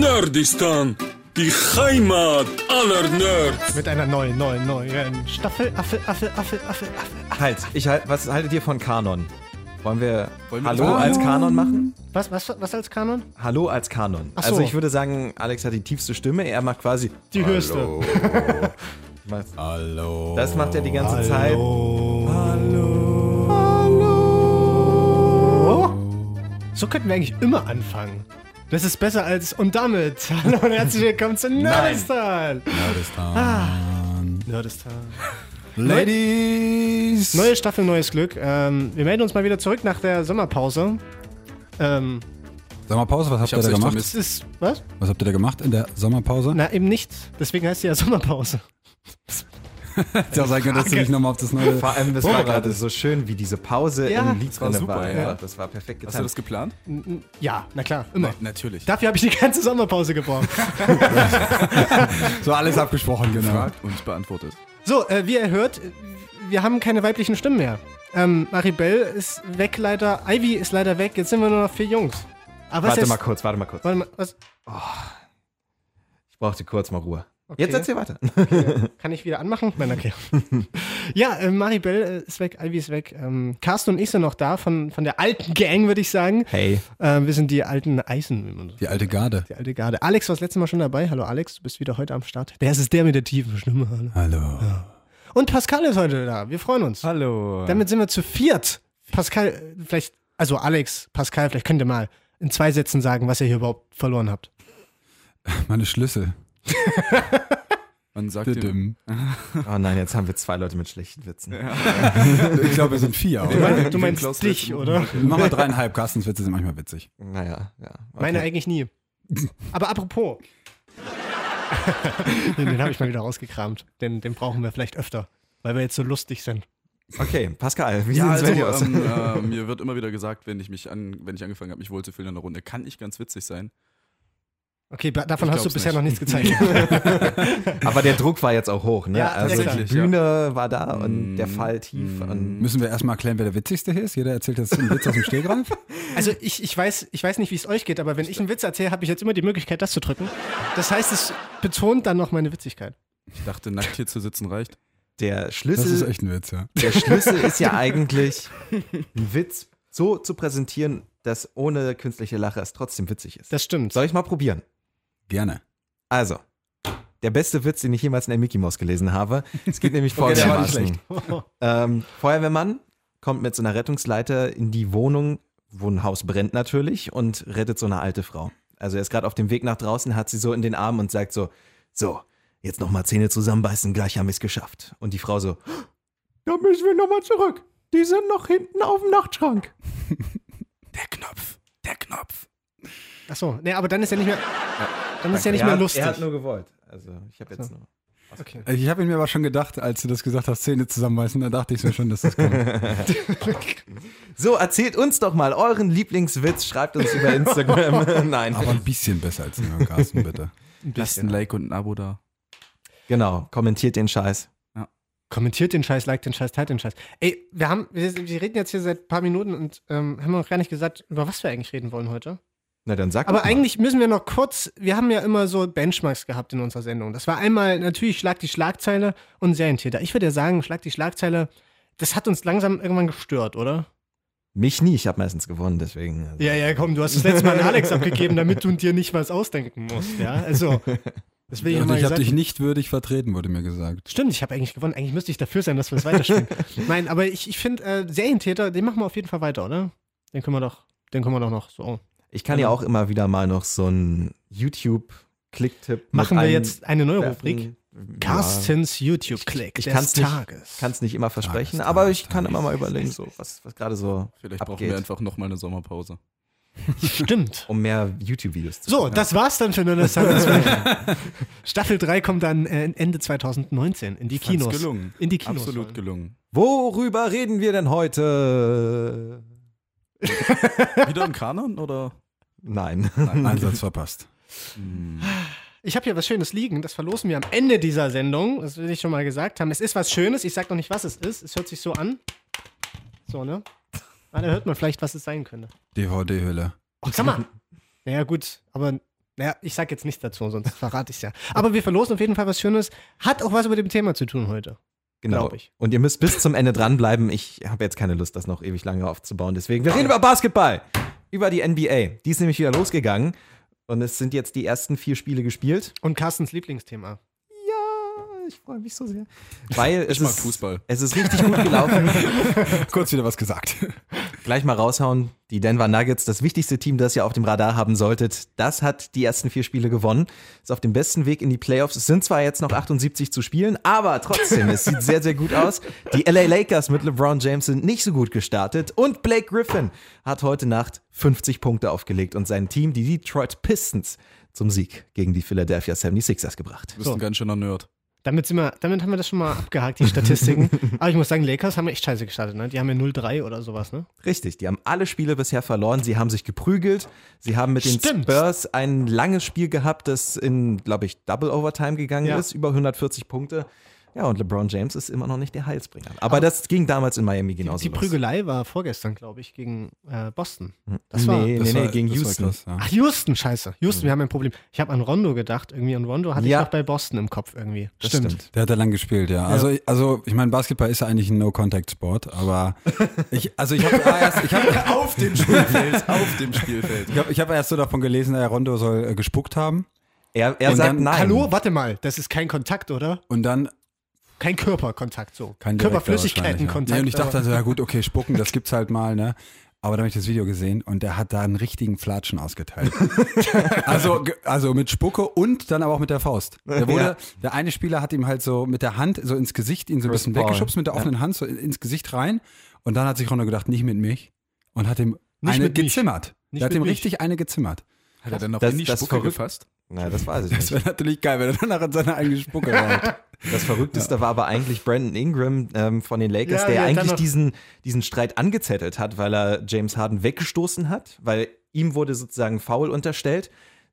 Nerdistan, die Heimat aller Nerds. Mit einer neuen, neuen, neuen Staffel. Affel, Affel, Affel, Affel, Affel. Halt, ich halt, was haltet ihr von Kanon? Wollen wir Wollen wir Hallo Kanon? als Kanon machen? Was, was, was als Kanon? Hallo als Kanon. Ach so. Also ich würde sagen, Alex hat die tiefste Stimme, er macht quasi Die höchste. macht- Hallo. Das macht er die ganze So könnten wir eigentlich immer anfangen. Das ist besser als und damit. Hallo und herzlich willkommen zu Nerdistan. Ah. Nerdistan. Ladies. Neue Staffel, neues Glück. Ähm, wir melden uns mal wieder zurück nach der Sommerpause. Ähm, Sag mal Pause, was habt ihr hab's da echt gemacht? es vermisst. ist. Was? Was habt ihr da gemacht in der Sommerpause? Na, eben nichts. Deswegen heißt sie ja Sommerpause. Ja, sag mir, dass du dich nochmal auf das neue. Vor allem, das war Vorbereitet. gerade so schön, wie diese Pause Ja, im Lied das war drinne super, war. ja. Das war perfekt Hast du das getimt. geplant? Ja, na klar, immer. Natürlich. Dafür habe ich die ganze Sommerpause gebraucht. So alles abgesprochen, genau. Gefragt und beantwortet. So, äh, wie ihr hört, wir haben keine weiblichen Stimmen mehr. Ähm, Maribel ist weg leider, Ivy ist leider weg, jetzt sind wir nur noch vier Jungs. Aber was Warte jetzt, mal kurz, warte mal kurz. Warte mal, was, Ich brauchte kurz mal Ruhe. Okay. Jetzt erzähl weiter. kann ich wieder anmachen? Nein, okay. ja, äh, Maribel äh, ist weg, Ivy ist weg. Ähm, Carsten und ich sind noch da, von, von der alten Gang, würde ich sagen. Hey. Ähm, wir sind die alten Eisen, wie man so Die alte Garde. die alte Garde. Alex war das letzte Mal schon dabei. Hallo Alex, du bist wieder heute am Start. Der ist es der mit der tiefen Stimme. Hallo. Hallo. Und Pascal ist heute da. Wir freuen uns. Hallo. Damit sind wir zu viert. Pascal, äh, vielleicht, also Alex, Pascal, vielleicht könnt ihr mal in zwei Sätzen sagen, was ihr hier überhaupt verloren habt. Meine Schlüssel. Man sagt dir, Düdüm. Oh nein, jetzt haben wir zwei Leute mit schlechten Witzen. Ich glaube, wir sind vier, Du oder? meinst, du meinst Klaus dich, Rechten. oder? Mach mal dreieinhalb. Carstens Witze sind manchmal witzig. Naja, ja. Okay. Meine eigentlich nie. Aber apropos. den den habe ich mal wieder rausgekramt. Den, den brauchen wir vielleicht öfter, weil wir jetzt so lustig sind. Okay, Pascal, wie ja, sieht's also, bei dir aus? ähm, äh, mir wird immer wieder gesagt, wenn ich mich an, wenn ich angefangen habe, mich wohlzufühlen in der Runde, kann ich ganz witzig sein. Okay, ba- davon Ich hast du glaub's bisher nicht. noch nichts gezeigt. Aber der Druck war jetzt auch hoch, ne? Ja, also die tatsächlich, ja. Bühne war da und Mhm. Mm, der Fall tief. mm. Und Müssen wir erstmal erklären, wer der Witzigste hier ist? Jeder erzählt jetzt einen Witz aus dem Stehgreif. Also ich, ich, weiß, ich weiß nicht, wie es euch geht, aber wenn ich einen Witz erzähle, habe ich jetzt immer die Möglichkeit, das zu drücken. Das heißt, es betont dann noch meine Witzigkeit. Ich dachte, nackt hier zu sitzen reicht. der Das ist Schlüssel, echt ein Witz, ja. der Schlüssel ist ja eigentlich ein Witz so zu präsentieren, dass ohne künstliche Lache es trotzdem witzig ist. Das stimmt. Soll ich mal probieren? Gerne. Also, der beste Witz, den ich jemals in der Mickey Mouse gelesen habe. Es geht nämlich Okay, der war nicht folgendermaßen. ähm, Feuerwehrmann kommt mit so einer Rettungsleiter in die Wohnung, wo ein Haus brennt natürlich, und rettet so eine alte Frau. Also er ist gerade auf dem Weg nach draußen, hat sie so in den Armen und sagt so, so, jetzt nochmal Zähne zusammenbeißen, gleich haben wir es geschafft. Und die Frau so, da müssen wir nochmal zurück. Die sind noch hinten auf dem Nachtschrank. Der Knopf. Der Knopf. Ach so, nee, aber dann ist ja nicht mehr, dann ist ja nicht er, mehr hat- lustig. er hat nur gewollt. Also ich habe jetzt So. nur. okay. Ich habe ihn mir aber schon gedacht, als du das gesagt hast, Zähne zusammenbeißen, da dachte ich mir schon, dass das kommt. So, erzählt uns doch mal euren Lieblingswitz. Schreibt uns über Instagram. Nein. Aber ein bisschen besser als den von Carsten, bitte. Lasst ein Like und ein Abo da. genau, kommentiert den Scheiß. Kommentiert den Scheiß, liked den Scheiß, teilt den Scheiß. Ey, wir haben, wir, wir reden jetzt hier seit ein paar Minuten und ähm, haben noch gar nicht gesagt, über was wir eigentlich reden wollen heute. Na dann sag Aber doch mal. eigentlich müssen wir noch kurz, wir haben ja immer so Benchmarks gehabt in unserer Sendung. Das war einmal natürlich Schlag die Schlagzeile und Serientäter. Ich würde ja sagen, Schlag die Schlagzeile, das hat uns langsam irgendwann gestört, oder? Mich nie, ich habe meistens gewonnen, deswegen. also- Ja, ja, komm, du hast das letzte Mal an Alex abgegeben, damit du dir nicht was ausdenken musst, ja? Also, das will ich Und nochmal ich habe gesagt. dich nicht würdig vertreten, wurde mir gesagt. Stimmt, ich habe eigentlich gewonnen. Eigentlich müsste ich dafür sein, dass wir es weiterspielen. Nein, aber ich, ich finde, äh, Serientäter, den machen wir auf jeden Fall weiter, oder? Den können wir doch, den können wir doch noch so. Ich kann genau. ja auch immer wieder mal noch so einen YouTube-Klicktipp Machen mit wir ein- jetzt eine neue werfen. Rubrik. Ja, Carstens YouTube-Click ich des kann's nicht- Tages. Kann es nicht immer versprechen, Tages, aber Tages, ich kann Tages. immer mal überlegen, so, was, was gerade so Vielleicht brauchen abgeht, wir einfach nochmal eine Sommerpause. Stimmt. um mehr YouTube-Videos zu So, das war's dann für Nerdist Staffel 3 kommt dann äh, Ende 2019 in die Fand's Kinos. gelungen. In die Kinos. gelungen. Absolut gelungen. Worüber reden wir denn heute? Wieder im Kanon oder? Nein. Einsatz verpasst. Ich habe hier was Schönes liegen, das verlosen wir am Ende dieser Sendung. Das will ich schon mal gesagt haben. Es ist was Schönes, ich sag noch nicht, was es ist. Es hört sich so an. So, ne? Ah, da hört man vielleicht, was es sein könnte. DVD-Hülle. Oh, sag mal. Naja, gut, aber Naja, ich sag jetzt nichts dazu, sonst verrate ich ja. Aber wir verlosen auf jeden Fall was Schönes. Hat auch was mit dem Thema zu tun heute. Genau. Glaub ich. Und ihr müsst bis zum Ende dranbleiben. Ich habe jetzt keine Lust, das noch ewig lange aufzubauen. Deswegen, wir reden über Basketball. Über die NBA. Die ist nämlich wieder losgegangen. Und es sind jetzt die ersten vier Spiele gespielt. Und Carstens Lieblingsthema. Ja, ich freue mich so sehr. Weil es Ich mag ist, Fußball. Es ist richtig gut gelaufen. Kurz wieder was gesagt. Gleich mal raushauen. Die Denver Nuggets, das wichtigste Team, das ihr auf dem Radar haben solltet, das hat die ersten vier Spiele gewonnen. Ist auf dem besten Weg in die Playoffs. Es sind zwar jetzt noch 78 zu spielen, aber trotzdem, es sieht sehr, sehr gut aus. Die LA Lakers mit LeBron James sind nicht so gut gestartet. Und Blake Griffin hat heute Nacht 50 Punkte aufgelegt und sein Team, die Detroit Pistons, zum Sieg gegen die Philadelphia 76ers gebracht. Du bist ein ganz schöner Nerd. Damit, sind wir, damit haben wir das schon mal abgehakt, die Statistiken. Aber ich muss sagen, Lakers haben echt scheiße gestartet, ne? Die haben ja 0-3 oder sowas, ne? Richtig, die haben alle Spiele bisher verloren. Sie haben sich geprügelt. Sie haben mit den Stimmt. Spurs ein langes Spiel gehabt, das in, glaube ich, Double Overtime gegangen Ja. ist, über 140 Punkte. Ja, und LeBron James ist immer noch nicht der Heilsbringer. Aber, das ging damals in Miami genauso. Die los. Prügelei war vorgestern, glaube ich, gegen äh, Boston. Das war. Hm, nee, nee, Das nee, war- gegen das war Houston. krass, ja. Ach, Houston, scheiße. Houston, wir haben ein Problem. Ich habe an Rondo gedacht, irgendwie an Rondo hatte Ja. ich noch bei Boston im Kopf irgendwie. Das stimmt. Der hat da lang gespielt, ja. Also, also ich meine, Basketball ist ja eigentlich ein No-Contact-Sport, aber ich, also ich habe erst, ich habe Auf dem Spielfeld, auf dem Spielfeld. ich hab, ich hab erst so davon gelesen, der Rondo soll äh, gespuckt haben Er, er Und sagt dann- nein. Hallo, warte mal, das ist kein Kontakt, oder? und dann Kein Körperkontakt so. kein direkter wahrscheinlich, Körperflüssigkeitenkontakt. Ja. Nee, und ich dachte aber- also, ja gut, okay, spucken, das gibt's halt mal, ne? Aber dann habe ich das Video gesehen und der hat da einen richtigen Flatschen ausgeteilt. also, ge- also mit Spucke und dann aber auch mit der Faust. Der, wurde, Ja. der eine Spieler hat ihm halt so mit der Hand so ins Gesicht, ihn so ein Chris bisschen Paul. weggeschubst mit der offenen Hand so in- ins Gesicht rein. Und dann hat sich Rondo gedacht, nicht mit mich. Und hat ihm Nicht eine mit mich. gezimmert. Nicht der hat mit ihm mich. richtig eine gezimmert. Hat er dann noch Das- in die das Spucke verrückt- gefasst? Na, das weiß ich nicht. Das wäre natürlich geil, wenn er danach in seine eigene Spucke war. Das Verrückteste war aber eigentlich Brandon Ingram ähm, von den Lakers, Ja, der ja, dann eigentlich noch- diesen, diesen Streit angezettelt hat, weil er James Harden weggestoßen hat, weil ihm wurde sozusagen Foul unterstellt.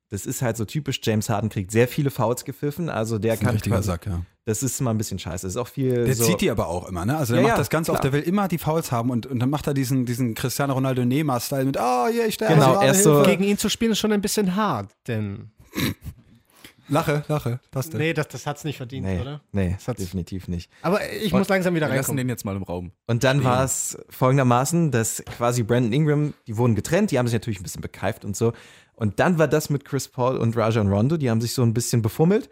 Das ist halt so typisch. James Harden kriegt sehr viele Fouls gepfiffen, also der Ein kann. richtiger Sack, ja. Das ist mal ein bisschen scheiße. Das ist auch viel. Der so, zieht die aber auch immer, ne? Also der Ja, macht ja, das ganz klar. oft, der will immer die Fouls haben und, und dann macht er diesen, diesen Cristiano Ronaldo Neymar-Style mit, oh, yeah, ich sterbe. Genau, Also, gerade, er ist so- Hilfe." Gegen ihn zu spielen ist schon ein bisschen hart, denn. Lache, lache, passt der. Nee, das, das hat's nicht verdient, Nee, oder? nee Das hat's- definitiv nicht. Aber ich muss langsam wieder Wir lassen reinkommen. den jetzt mal im Raum. Und dann war es folgendermaßen, dass quasi Brandon Ingram, die wurden getrennt, die haben sich natürlich ein bisschen bekeift und so. Und dann war das mit Chris Paul und Rajon Rondo, die haben sich so ein bisschen befummelt.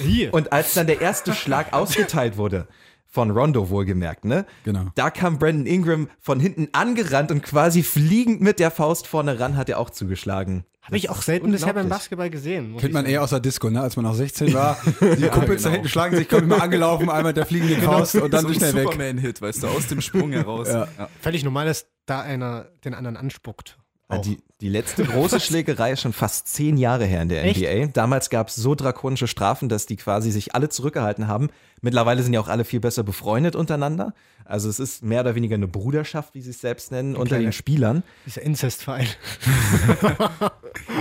Hier. Und als dann der erste Schlag ausgeteilt wurde, von Rondo wohlgemerkt, ne? Genau. Da kam Brandon Ingram von hinten angerannt und quasi fliegend mit der Faust vorne ran hat er auch zugeschlagen. Habe ich auch selten bisher beim Basketball gesehen. muss Kennt ich man sagen. eher aus der Disco, ne? Als man noch 16 war, die Kumpels genau. da hinten schlagen sich, kommen immer angelaufen, einmal der fliegende Faust und dann so so schnell weg. Superman-Hit, weißt du, aus dem Sprung heraus. ja. Völlig normal, dass da einer den anderen anspuckt. Ja, Auch. Ah, Äh, Die, die letzte große Schlägerei ist schon fast zehn Jahre her in der Echt? NBA. Damals gab es so drakonische Strafen, dass die quasi sich alle zurückgehalten haben. Mittlerweile sind ja auch alle viel besser befreundet untereinander. Also es ist mehr oder weniger eine Bruderschaft, wie sie es selbst nennen, unter kleine- den Spielern. Dieser Inzestverein.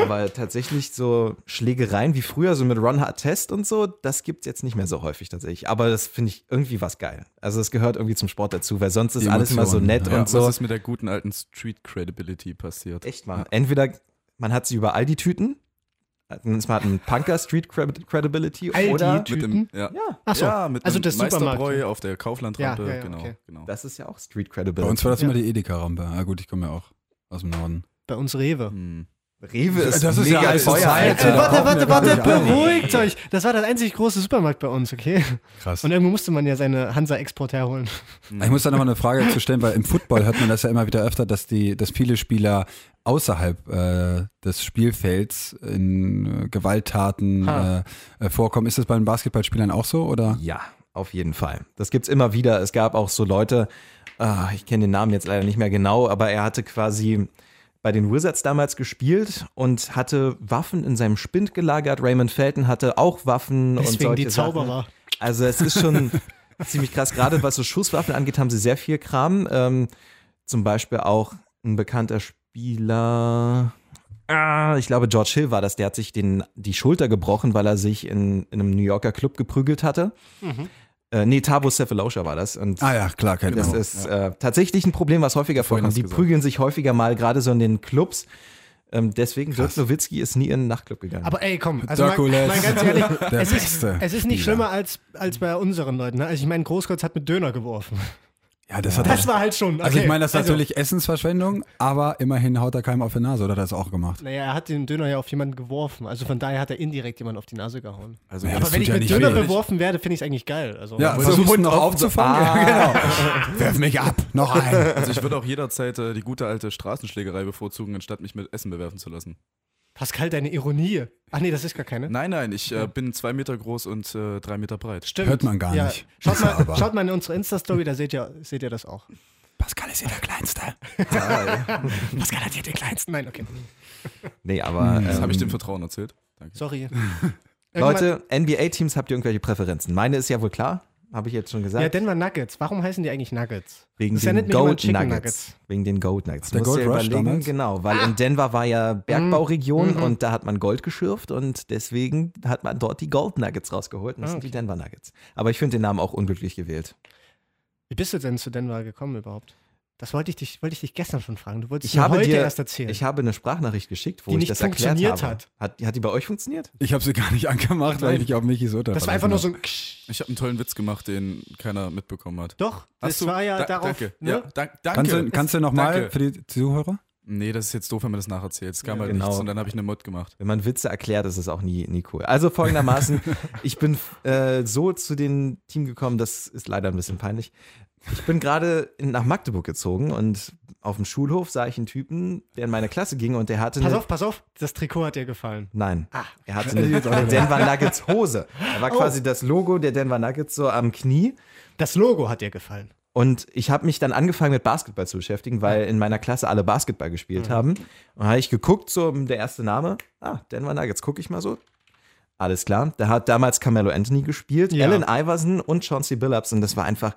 Aber tatsächlich so Schlägereien wie früher, so mit Ron Artest und so, das gibt es jetzt nicht mehr so häufig tatsächlich. Aber das finde ich irgendwie was geil. Also es gehört irgendwie zum Sport dazu, weil sonst ist Die alles immer so Emotionen, nett ja. Ja, und so. Äh, was ist mit der guten alten Street-Credibility passiert? Echt mal. Entweder man hat sie über all die Tüten, dann ist man hat einen Punker Street Credi- Credibility Aldi. oder Mit dem, ja, ja. Ach so. ja, mit also einem das Supermarkt. Meisterbräu auf der Kauflandrampe. Ja, ja, ja, genau, okay. genau. das ist ja auch Street Bei Credibility. uns war das immer die Edeka-Rampe. Ah, gut, ich komme ja auch aus dem Norden. Bei uns Rewe. Äh, Hm. Rewe ist Das ist ja mega alles teuer. Zeit, Alter. Alter. warte, warte, warte, Ja. beruhigt euch. Das war das einzig große Supermarkt bei uns, okay? Krass. Und irgendwo musste man ja seine Hansa-Export herholen. Ich muss da nochmal eine Frage zu stellen, weil im Football hört man das ja immer wieder öfter, dass die, dass viele Spieler außerhalb äh, des Spielfelds in äh, Gewalttaten äh, Ha. äh, vorkommen. Ist das bei den Basketballspielern auch so? Oder? Ja, auf jeden Fall. Das gibt's immer wieder. Es gab auch so Leute, ah, ich kenne den Namen jetzt leider nicht mehr genau, aber er hatte quasi bei den Wizards damals gespielt und hatte Waffen in seinem Spind gelagert. Raymond Felton hatte auch Waffen und Deswegen solche die Zauberer. Sachen. Also es ist schon ziemlich krass. Gerade was so Schusswaffen angeht, haben sie sehr viel Kram. Ähm, zum Beispiel auch ein bekannter Spieler. Ah, ich glaube, George Hill war das. Der hat sich den, die Schulter gebrochen, weil er sich in, in einem New Yorker Club geprügelt hatte. Äh, nee, Tabo Cephalosha war das. Und Ah ja, klar, kennt das man. ist äh, tatsächlich ein Problem, was häufiger genau. Vorhin vorkommt. hast du Die gesagt. prügeln sich häufiger mal gerade so in den Clubs. Ähm, deswegen, Dirk Nowitzki ist nie in den Nachtclub gegangen. Aber ey, komm, also mal, Dirkules. mal ganz ehrlich, Der es ist, beste es ist nicht Spieler. schlimmer als, als bei unseren Leuten. Ne? Also ich meine, Großkotz hat mit Döner geworfen. Ja, das hat Das war halt schon. Okay. Also ich meine, das ist Also, natürlich Essensverschwendung, aber immerhin haut er keinem auf die Nase, oder hat er das auch gemacht? Naja, er hat den Döner ja auf jemanden geworfen. Also von daher hat er indirekt jemanden auf die Nase gehauen. Also, Ja, ja, das Aber wenn tut ich ja mit nicht Döner weh. beworfen werde, finde ich es eigentlich geil. Also, Ja, Versuch's versuchst noch noch aufzufangen. Ah. Ja, genau. Werf mich ab. Noch ein. also ich würde auch jederzeit äh, die gute alte Straßenschlägerei bevorzugen, anstatt mich mit Essen bewerfen zu lassen. Pascal, deine Ironie. Ach nee, das ist gar keine. Nein, nein, ich äh, bin zwei Meter groß und äh, drei Meter breit. Stimmt. Hört man gar ja. nicht. Schaut Ist er aber. mal, schaut mal in unsere Insta-Story, da seht ihr, seht ihr das auch. Pascal ist hier der Kleinste. Pascal hat hier den kleinsten. Nein, okay. nee, aber. Hm. Das habe ich dem ähm, Vertrauen erzählt. Danke. Sorry. Leute, NBA-Teams, habt ihr irgendwelche Präferenzen? Meine ist ja wohl klar, habe ich jetzt schon gesagt. Ja, Denver Nuggets. Warum heißen die eigentlich Nuggets? Wegen Das ist ja den nicht mit jemand Gold Chicken Nuggets. Nuggets. Wegen den Gold Nuggets. der Musst du Gold Rush überlegen, damals? Genau, weil in Denver war ja Ah. Bergbauregion Mhm. und da hat man Gold geschürft und deswegen hat man dort die Gold Nuggets Ah, rausgeholt und das sind die Denver Nuggets. Aber ich finde den Namen auch unglücklich gewählt. Wie bist du denn zu Denver gekommen überhaupt? Das wollte ich dich, wollte ich dich gestern schon fragen. Du wolltest Ich mir habe heute dir, erst erzählen. ich habe eine Sprachnachricht geschickt, wo Die ich nicht das erklärt funktioniert habe. hat. Hat, hat die bei euch funktioniert? Ich habe sie gar nicht angemacht, weil ich auf Michis Urteil das war einfach nur so verlassen ein Ksch. Ich habe einen tollen Witz gemacht, den keiner mitbekommen hat. Doch, das Hast du- war ja Da- darauf. Danke. Ne? Ja, dank, danke. habe. Kannst du, kannst du nochmal Danke. für die Zuhörer? nee, das ist jetzt doof, wenn man das nacherzählt. Es kam halt genau. nichts und dann habe ich eine Mod gemacht. Wenn man Witze erklärt, ist es auch nie, nie cool. Also folgendermaßen, ich bin äh, so zu dem Team gekommen, das ist leider ein bisschen peinlich. Ich bin gerade in- nach Magdeburg gezogen und auf dem Schulhof sah ich einen Typen, der in meine Klasse ging und der hatte Pass eine, auf, Ah. pass auf, das Trikot hat dir gefallen. Nein. Er hatte eine Denver Nuggets Hose. Da Oh. war quasi das Logo der Denver Nuggets so am Knie. Das Logo hat dir gefallen. Und ich habe mich dann angefangen mit Basketball zu beschäftigen, weil in meiner Klasse alle Basketball gespielt haben. Und habe ich geguckt, so der erste Name, ah, Denver Nuggets, gucke ich mal so. Alles klar. Da hat damals Carmelo Anthony gespielt, Ja. Allen Iverson und Chauncey Billups. Und das war einfach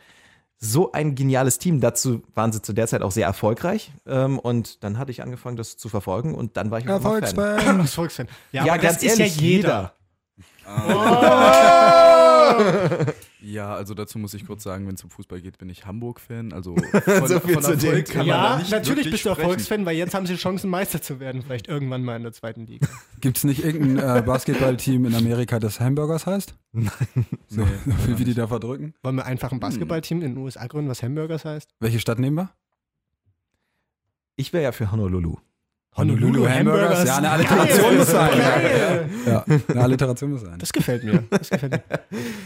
so ein geniales Team. Dazu waren sie zu der Zeit auch sehr erfolgreich. Ähm, Und dann hatte ich angefangen, das zu verfolgen. Und dann war ich auch immer Fan. Erfolgsfan. Das Volksfan. Ja, Ja, aber ganz das ist ja ehrlich, jeder. Ja, also dazu muss ich kurz sagen, wenn es um Fußball geht, bin ich Hamburg-Fan. Also von, So viel von zu dem Erfolg kann man da Ja, nicht natürlich wirklich bist du sprechen. Erfolgsfan, weil jetzt haben sie Chancen, Meister zu werden. Vielleicht irgendwann mal in der zweiten Liga. Gibt es nicht irgendein äh, Basketballteam in Amerika, das Hamburgers heißt? Nein. So, so viel, wie die da verdrücken. Wollen wir einfach ein Basketballteam in den USA gründen, was Hamburgers heißt? Welche Stadt nehmen wir? Ich wäre ja für Honolulu. Ja, eine Alliteration Geil. muss sein. Geil. Ja, eine Alliteration muss sein. Das gefällt mir. Das gefällt mir.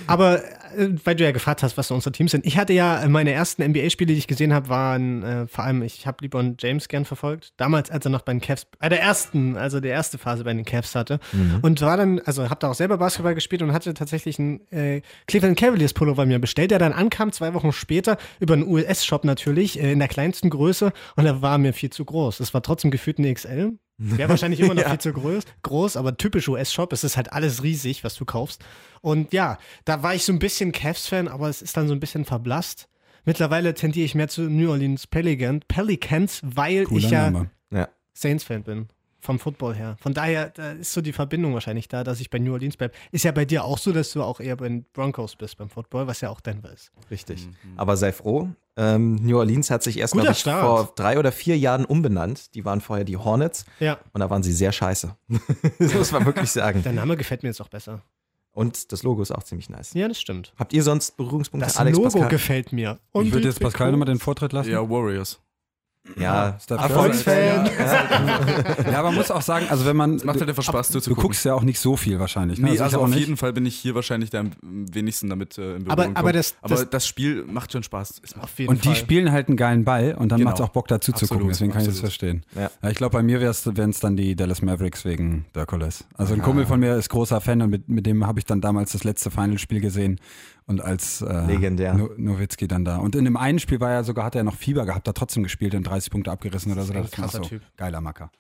Aber äh, weil du ja gefragt hast, was so unsere Teams sind. Ich hatte ja äh, meine ersten NBA-Spiele, die ich gesehen habe, waren äh, vor allem, ich habe LeBron James gern verfolgt. Damals, als er noch bei den Cavs, äh, der ersten, also der erste Phase bei den Cavs hatte. Und war dann, also habe da auch selber Basketball gespielt und hatte tatsächlich einen äh, Cleveland Cavaliers Pullover mir bestellt, der dann ankam zwei Wochen später über einen US-Shop natürlich, äh, in der kleinsten Größe. Und er war mir viel zu groß. Es war trotzdem gefühlt eine XL. Wäre wahrscheinlich immer noch viel zu groß, groß, aber typisch US-Shop, es ist halt alles riesig, was du kaufst. Und ja, da war ich so ein bisschen Cavs-Fan, aber es ist dann so ein bisschen verblasst. Mittlerweile tendiere ich mehr zu New Orleans Pelicans, Pelicans weil Cooler ich ja Name. Ja. Saints-Fan bin. Vom Football her. Von daher, da ist so die Verbindung wahrscheinlich da, dass ich bei New Orleans bleibe. Ist ja bei dir auch so, dass du auch eher bei den Broncos bist beim Football, was ja auch Denver ist. Richtig. Aber sei froh. Ähm, New Orleans hat sich erst Guter glaub ich, Start. vor drei oder vier Jahren umbenannt. Die waren vorher die Hornets Ja. und da waren sie sehr scheiße. das muss man wirklich sagen. Der Name gefällt mir jetzt auch besser. Und das Logo ist auch ziemlich nice. Ja, das stimmt. Habt ihr sonst Berührungspunkte? Das Alex Logo Pascal? gefällt mir. Ich würde jetzt Pascal nochmal den Vortritt lassen. Ja, Warriors. Ja, Steph Erfolgsfan. Curry. Ja, aber man muss auch sagen, also wenn man. Macht halt einfach Spaß, du, zu gucken. guckst ja auch nicht so viel wahrscheinlich. Ne? Nee, also, ich auch auf nicht. jeden Fall bin ich hier wahrscheinlich der am wenigsten damit äh, in Berührung Aber- aber komme. das- aber das- das, Spiel macht schon Spaß. Es macht Auf jeden Und die Fall. spielen halt einen geilen Ball und dann Genau. macht es auch Bock dazu zu Absolut, gucken, deswegen kann ich das absolut. verstehen. Ja. Ja, ich glaube, bei mir wären es dann die Dallas Mavericks wegen Dirkules. Also ein Kumpel von mir ist großer Fan und mit, mit dem habe ich dann damals das letzte Finalspiel gesehen und als äh, Legendär. No- Nowitzki dann da. Und in dem einen Spiel war er sogar, hat er noch Fieber gehabt, hat trotzdem gespielt und 30 Punkte abgerissen oder so. Das ist krasser so Typ. geiler Macker.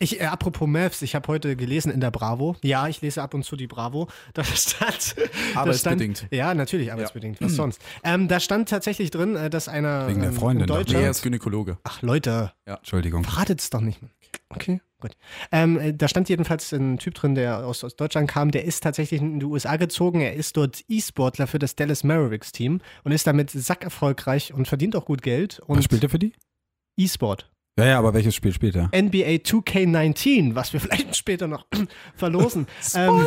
Ich, äh, apropos Mavs, ich habe heute gelesen in der Bravo. Ja, ich lese ab und zu die Bravo. Da stand. da stand, Arbeitsbedingt. Ja, natürlich arbeitsbedingt. Was sonst? Ähm, da stand tatsächlich drin, äh, dass einer. Wegen der ähm, Freundin ne? ein doch, Deutscher. Nee, er ist Gynäkologe. Ach, Leute, Entschuldigung. verratet's doch nicht. Okay, gut. Ähm, äh, da stand jedenfalls ein Typ drin, der aus, aus Deutschland kam. Der ist tatsächlich in die USA gezogen. Er ist dort E-Sportler für das Dallas Mavericks Team und ist damit sackerfolgreich und verdient auch gut Geld. Was Und spielt er für die? E-Sport. Ja, ja, aber welches Spiel spielt er? NBA 2K19, was wir vielleicht später noch verlosen. ähm,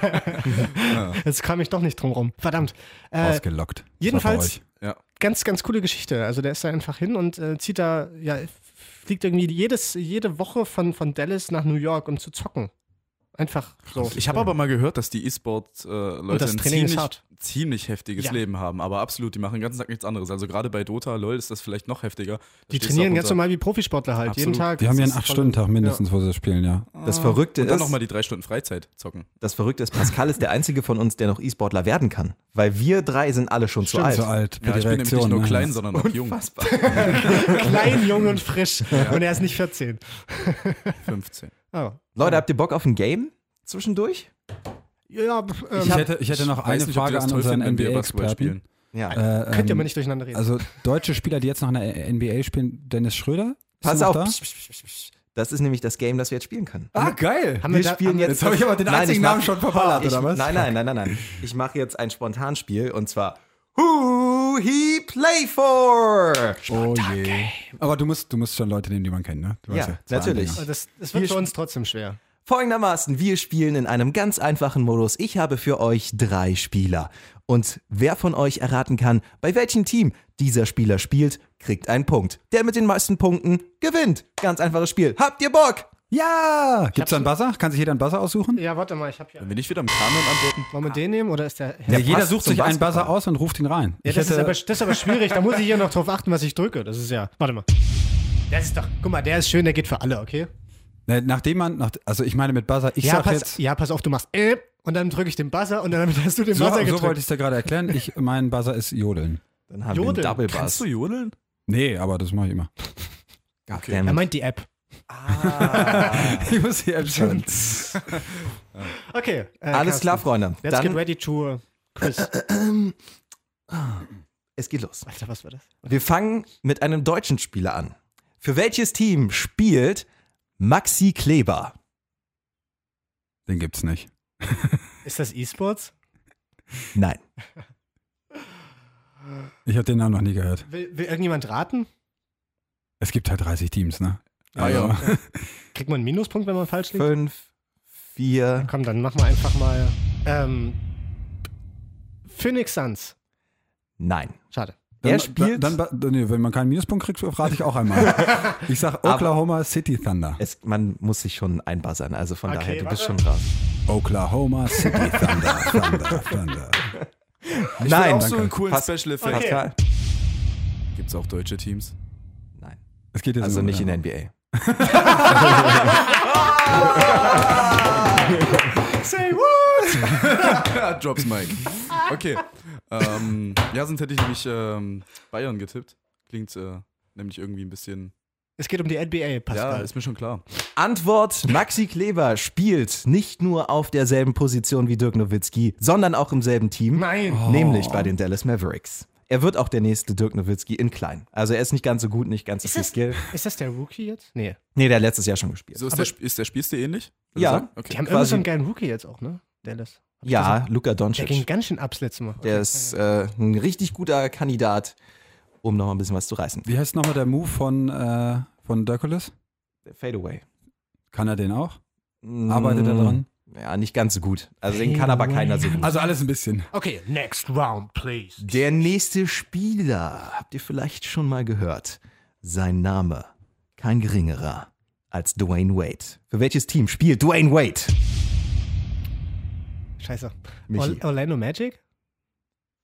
Jetzt kam ich doch nicht drum rum. Verdammt. Äh, Ausgelockt. Das war bei jedenfalls euch. Ja. ganz, ganz coole Geschichte. Also der ist da einfach hin und äh, zieht da, ja, fliegt irgendwie jedes, jede Woche von, von Dallas nach New York, um zu zocken. Einfach so. Ich habe aber mal gehört, dass die E-Sport-Leute das ein Training ist ziemlich, hart. ziemlich heftiges Ja. Leben haben. Aber absolut, die machen den ganzen Tag nichts anderes. Also gerade bei Dota, LoL ist das vielleicht noch heftiger. Da Die stehst du trainieren auch ganz unter- normal wie Profisportler halt, jeden Absolut. Tag. Die haben ja Das einen ist voll- 8-Stunden-Tag mindestens, wo sie das spielen, ja. Das Verrückte Und dann ist, nochmal die drei Stunden Freizeit zocken. das Verrückte ist, Pascal ist der einzige von uns, der noch E-Sportler werden kann. Weil wir drei sind alle schon zu alt. So alt. für Ja, die ich bin nämlich nicht Reaktion, nur ne? klein, sondern auch jung. Klein, jung und frisch. Und er ist nicht 14. 15. Oh. Leute, habt ihr Bock auf ein Game zwischendurch? Ja, b- ähm, Ich hätte, ich hätte noch Weiß eine nicht, ob die eh Frage das an toll unseren finden, wenn wir Basketball NBA-Experten. spielen. Ja. Äh, könnt ihr ähm, mal nicht durcheinander reden. Also deutsche Spieler, die jetzt noch in der NBA spielen, Dennis Schröder? Ist Pass er auf. noch Psch, psch, psch, psch, psch. Das ist nämlich das Game, das wir jetzt spielen können. Da? Ah, geil. Haben wir da- haben wir- Jetzt habe ich aber den Nein, einzigen ich mach- Namen schon verballert, ich, oder was? Nein, nein, nein, nein, nein. Ich mache jetzt ein Spontanspiel und zwar Who He Play For. Oh je. Aber du musst, du musst schon Leute nehmen, die man kennt, ne? Du Ja, weißt zwei natürlich. Anfänger. das, das wird für uns trotzdem schwer. Folgendermaßen, wir spielen in einem ganz einfachen Modus. Ich habe für euch drei Spieler. Und wer von euch erraten kann, bei welchem Team dieser Spieler spielt, kriegt einen Punkt. Der mit den meisten Punkten gewinnt. Ganz einfaches Spiel. Habt ihr Bock? Ja! Gibt's da einen Buzzer? Kann sich jeder einen Buzzer aussuchen? Ja, warte mal, ich habe hier. Wenn wir nicht wieder im Kanon antworten, Wollen wir den nehmen oder ist der. Ja, ja, jeder passt sucht zum sich einen Basketball. Buzzer aus und ruft ihn rein. Ich das, ist hätte- aber, das ist aber schwierig. Da muss ich hier noch drauf achten, was ich drücke. Das ist ja. Warte mal. Das ist doch. Guck mal, der ist schön, der geht für alle, okay? Ne, nachdem man, nach, also ich meine mit Buzzer, ich Ja, sag pass, jetzt, ja, pass auf, du machst. Äh, und dann drücke ich den Buzzer und dann hast du den so, Buzzer so gedrückt. wollte ich es ja gerade erklären, ich, mein Buzzer ist Jodeln. Dann haben Jodeln. wir einen Double Bass. kannst du jodeln? Nee, aber das mache ich immer. er meint die App. Ah. ich muss hier entscheiden. Okay. äh, Alles Carsten, klar, Freunde. Let's get Dann, ready to quiz. es geht los. Alter, was war das? Wir fangen mit einem deutschen Spieler an. Für welches Team spielt Maxi Kleber? Den gibt's nicht. Ist das E-Sports? Nein. Ich habe den Namen noch nie gehört. Will, will irgendjemand raten? Es gibt halt 30 Teams, ne? Ah, ja. Kriegt man einen Minuspunkt, wenn man falsch liegt? Fünf, vier. Komm, dann machen wir einfach mal. Ähm, Phoenix Suns. Nein. Schade. Dann, Er spielt- Dann, dann, nee, wenn man keinen Minuspunkt kriegt, rate ich auch einmal. ich sag Oklahoma City Thunder. Es, man muss sich schon einbuzzern, also von Okay, daher, du bist schon warte. raus. Oklahoma City Thunder, Thunder, Thunder. Nein, auch so einen coolen Pass- Special Effekt. Okay. Pascal? Gibt es auch deutsche Teams? Nein. Es geht jetzt Also nur- um nicht in der NBA. Say what? Ja, Ah, Drops Mike. Okay. ähm, ja, sonst hätte ich nämlich ähm, Bayern getippt. Klingt äh, nämlich irgendwie ein bisschen. Es geht um die NBA, Ja, Pascal. ist mir schon klar. Antwort: Maxi Kleber spielt nicht nur auf derselben Position wie Dirk Nowitzki, sondern auch im selben Team. Nein. Nämlich bei den Dallas Mavericks. Er wird auch der nächste Dirk Nowitzki in klein. Also er ist nicht ganz so gut, nicht ganz so Ist viel das- Skill. Ist das der Rookie jetzt? Nee. Nee, der hat letztes Jahr schon gespielt. So ist, der, Sp- ist der Spielstil ähnlich? Würde Ja. sagen? Die Okay. haben Quasi- immer so einen geilen Rookie jetzt auch, ne? Dallas. Hab ich Ja, gesehen. Luka Der ging Doncic. ganz schön ab das letzte Mal. Der ist äh, ein richtig guter Kandidat, um nochmal ein bisschen was zu reißen. Wie heißt nochmal der Move von, äh, von Dirkulis? Fadeaway. Kann er den auch? Hm, Mm, Arbeitet er dran? Ja, nicht ganz so gut. Also den kann aber keiner so gut. Also alles ein bisschen. Okay, next round, please. Der nächste Spieler, habt ihr vielleicht schon mal gehört. Sein Name, kein geringerer als Dwayne Wade. Für welches Team spielt Dwayne Wade? Scheiße. Michi. Or Orlando Magic?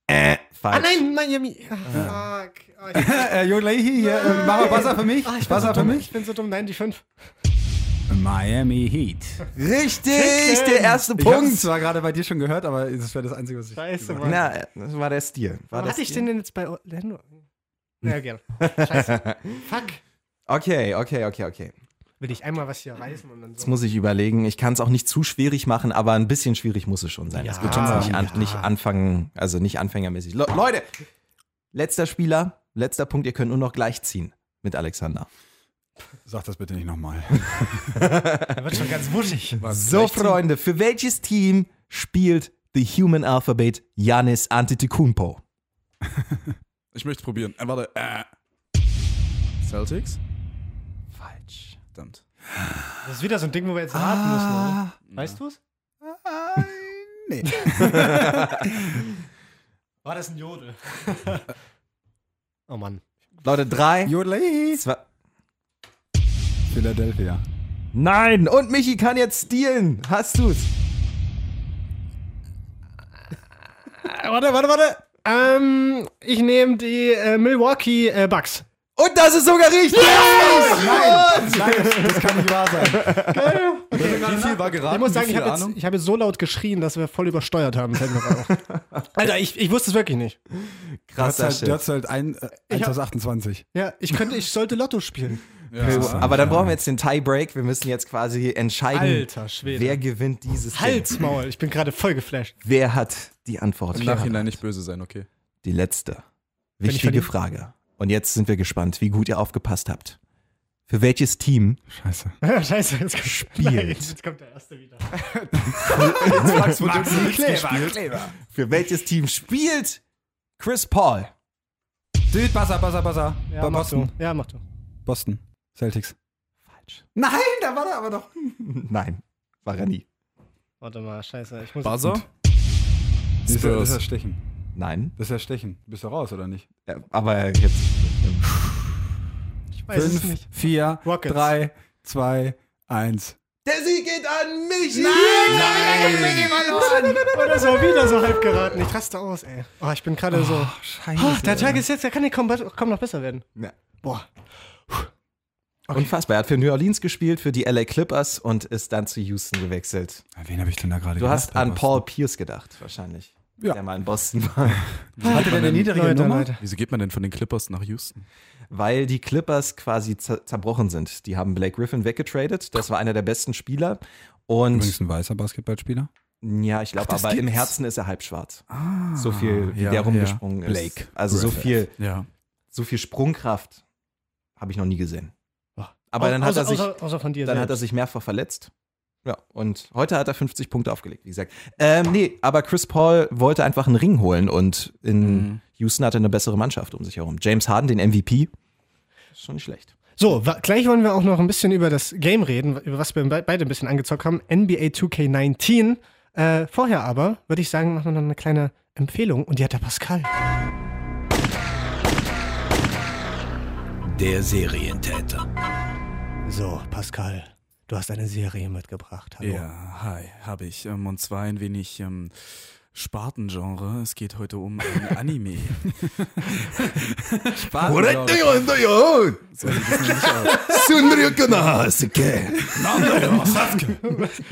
Äh, falsch. Ah nein, Miami. Ah, fuck. Oh, ich, äh, Jolaihi, hier, äh, mach mal Wasser für mich. ah, ich bin so Wasser für dumm. mich. Ich bin so dumm. Nein, die 5. Miami Heat. Richtig, der erste Ich habe Punkt. zwar gerade bei dir schon gehört, aber das wäre das Einzige, was ich. Scheiße, Mann. Na, das war der Stil. War Warum das hatte ich Stil? den denn jetzt bei Orlando? Ja, gerne. Scheiße. Fuck. Okay, okay, okay, okay. Will ich einmal was hier reißen und dann Jetzt so. muss ich überlegen. Ich kann es auch nicht zu schwierig machen, aber ein bisschen schwierig muss es schon sein. Ja, Es wird schon nicht, an, ja. nicht anfangen, also nicht anfängermäßig. Le Leute, letzter Spieler, letzter Punkt. Ihr könnt nur noch gleich ziehen mit Alexander. Sag das bitte nicht nochmal. Der wird schon ganz wuschig. So, Freunde, für welches Team spielt The Human Alphabet Janis Antetokounmpo? Ich möchte es probieren. Äh, warte. Äh. Celtics? Verdammt. Das ist wieder so ein Ding, wo wir jetzt Ah. raten müssen, oder? Weißt du es? Ah, nee. War das ein Jodel? oh Mann. Leute, drei, Jodley. zwei. Philadelphia. Nein! Und Michi kann jetzt stealen! Hast du's? Warte, warte, warte. Ähm, ich nehme die äh, Milwaukee äh, Bucks. Und das ist sogar richtig! Nein, nein, das kann nicht wahr sein. Wie viel war geraten? Ich muss Wie sagen, ich viel habe jetzt, Ahnung? ich hab jetzt so laut geschrien, dass wir voll übersteuert haben. Fällt mir gerade auf. Alter, ich, ich wusste es wirklich nicht. Du hast Krasser halt, du Shit. hast halt ein, äh, 1 aus 28. Ja, ich könnte, ich sollte Lotto spielen. Ja. Aber dann brauchen wir jetzt den Tiebreak. Wir müssen jetzt quasi entscheiden, Alter Schwede. wer gewinnt dieses Ding. Halsmaul, ich bin gerade voll geflasht. Wer hat die Antwort? Halt! Im Nachhinein nicht böse sein, okay. Die letzte. ich Wichtige verliere? Frage. Und jetzt sind wir gespannt, wie gut ihr aufgepasst habt. Für welches Team Scheiße. Scheiße, jetzt kommt, Spielt. Nein, jetzt kommt der erste wieder. Max wird jetzt nicht gespielt. Kleber. Für welches Team spielt Chris Paul? Süd, Buzzer, Buzzer, Buzzer. Ja, Bei mach Boston. du. Ja, mach du. Boston. Celtics. Falsch. Nein, da war er aber doch. Nein, war er nie. Warte mal, scheiße. Ich muss Buzzer? Das ist, ja- das ist ja Spurs. Stechen. Nein, Das ist ja Stechen. Du bist ja raus, oder nicht? äh, aber jetzt. ich weiß es nicht. 4, Rockets. 3, 2, 1. Der Sieg geht an mich! Nein! Oder so Oh, wieder so halb geraten. Ich raste aus, ey. Oh, ich bin gerade so. Scheiße. Ah, der Tag ist jetzt, der kann nicht kaum, kaum noch besser werden. Ja. Boah. Unfassbar. Er hat für New Orleans gespielt, für die LA Clippers und ist dann zu Houston gewechselt. An wen habe ich denn da gerade Du hast bei an Boston? Paul Pierce gedacht, wahrscheinlich. Ja. Der mal in Boston war. Hatte der eine niedrige Leute, Nummer? Leute. Wieso geht man denn von den Clippers nach Houston? Weil die Clippers quasi zer zerbrochen sind. Die haben Blake Griffin weggetradet. Das war einer der besten Spieler. Und Übrigens ein weißer Basketballspieler. Ja, ich glaube, das aber im gibt's. Herzen ist er halb schwarz. Ah. so viel, wie ja, der ja. rumgesprungen ist. Blake Also so Griffin. viel, Ja. so viel Sprungkraft habe ich noch nie gesehen. Boah. Aber dann hat außer, er sich, Außer, außer von dir dann hat er selbst. sich mehrfach verletzt. Ja, und heute hat er 50 Punkte aufgelegt, wie gesagt. Ähm, nee, aber Chris Paul wollte einfach einen Ring holen und in Mhm. Houston hatte eine bessere Mannschaft um sich herum. James Harden, den MVP, ist schon nicht schlecht. So, wa- gleich wollen wir auch noch ein bisschen über das Game reden, über was wir be- beide ein bisschen angezockt haben. NBA 2K19. Äh, vorher aber, würde ich sagen, machen wir noch eine kleine Empfehlung und die hat der Pascal. Der Serientäter. So, Pascal, du hast eine Serie mitgebracht. Hallo. Ja, hi, habe ich. Ähm, Und zwar ein wenig ähm, Spartengenre. Es geht heute um ein Anime. so sieht es nämlich aus.